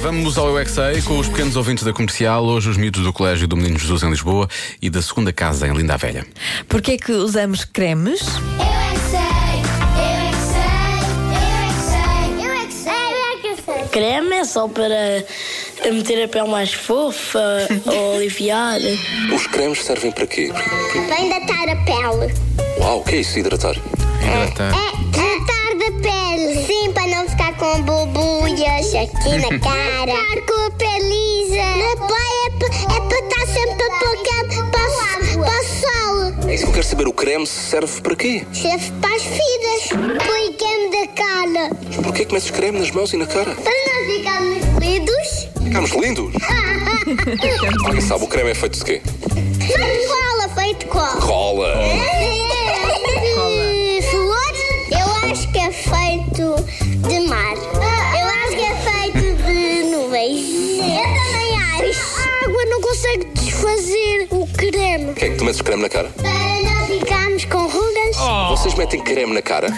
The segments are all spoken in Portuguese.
Vamos ao UXA com os pequenos ouvintes da comercial. Hoje, os miúdos do Colégio do Menino Jesus em Lisboa e da segunda casa em Linda a Velha. Porquê é que usamos cremes? Eu é que sei, eu é que sei, eu é que sei, eu é que sei, eu é que sei. Creme é só para meter a pele mais fofa ou aliviar. Os cremes servem para quê? Para hidratar a tá pele. Uau, o que é isso de hidratar? Hidratar. É hidratar da pele. Sim, para não ficar com borbulhas aqui na cara. Ficar com a pele lisa. Na boia é para estar sempre a pôr para o sol. É isso que eu quero saber, o creme serve para quê? Serve para as feridas. Põe creme da cara. Mas Porquê que metes creme nas mãos e na cara? Para não ficarmos lindos. Ficamos lindos! Alguém sabe, o creme é feito de quê? Feito cola, feito cola. Cola! Flores? Eu acho que é feito de mar. Eu acho que é feito de nuvens. Eu também acho. A água não consegue desfazer o creme. Porquê é que tu metes creme na cara? Para não ficarmos com rugas. Vocês metem creme na cara?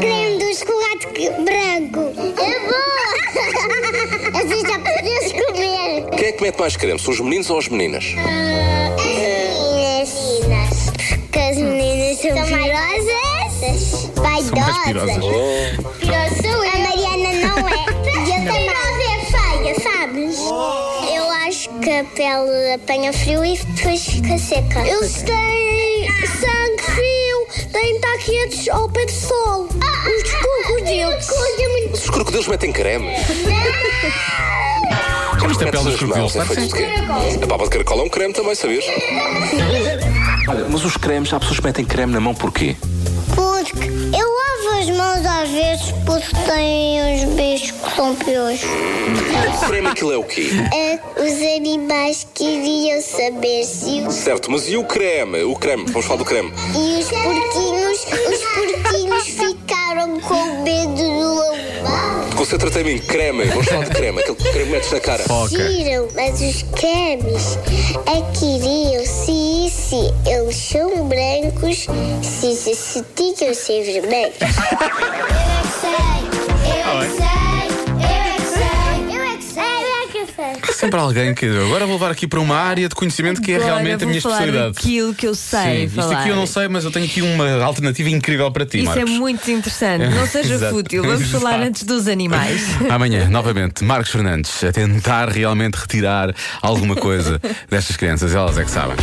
Creme do chocolate que- branco. É bom. Assim já podemos comer. Quem é que mete mais creme, se os meninos ou as meninas? As meninas. Porque as meninas são, pirosas. Vaidosas. São mais pirosas. Oh, Pirosa sou eu. A Mariana não é. e eu também. é feia, sabes? Eu acho que a pele apanha frio e depois fica seca. Eles têm sangue frio. Têm estar quentes ao pé do sol. Os crocodilos. Mas os crocodilos metem creme? Temos a Metes pele dos nas mãos, crocodilos, é sabe? feito de quê? A baba de caracol é um creme também, sabias? Olha, mas os cremes, há pessoas que metem creme na mão porquê? Porque eu lavo as mãos às vezes porque têm uns bichos que são piores. O creme aquilo é o quê? os animais queriam saber se os Certo, mas e o creme? O creme, vamos falar do creme. E os porquinhos, os porquinhos ficaram com medo do lobo. Concentra-te em mim, creme, vamos falar de creme, aquele creme que metes na cara. Foca. Tiram, mas os camis é que iriam se, se eles são brancos, se se, se tinham ser vermelhos. Eu é que sei, eu é que sei, eu é que sei, eu é que sei. Sempre alguém que. Agora vou levar aqui para uma área de conhecimento que é Agora realmente a vou minha falar especialidade. Aquilo que eu sei Sim, falar. isto aqui eu não sei, mas eu tenho aqui uma alternativa incrível para ti, Isso Marcos. é muito interessante. Não seja Exato. fútil. Vamos falar Exato. antes dos animais. Amanhã, novamente, Marcos Fernandes a tentar realmente retirar alguma coisa destas crianças, elas é que sabem.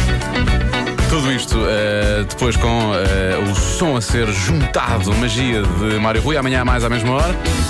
Tudo isto eh, depois com eh, o som a ser juntado, magia de Mário Rui, amanhã mais à mesma hora.